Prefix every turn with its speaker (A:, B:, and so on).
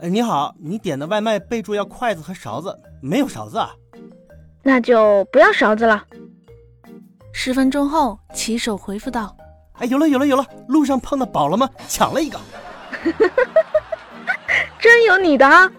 A: 呃，你好，你点的外卖备注要筷子和勺子，没有勺子啊？
B: 那就不要勺子了。
C: 十分钟后，骑手回复道
A: 哎，有了有了有了，路上碰到宝了吗？抢了一个。
B: 真有你的啊！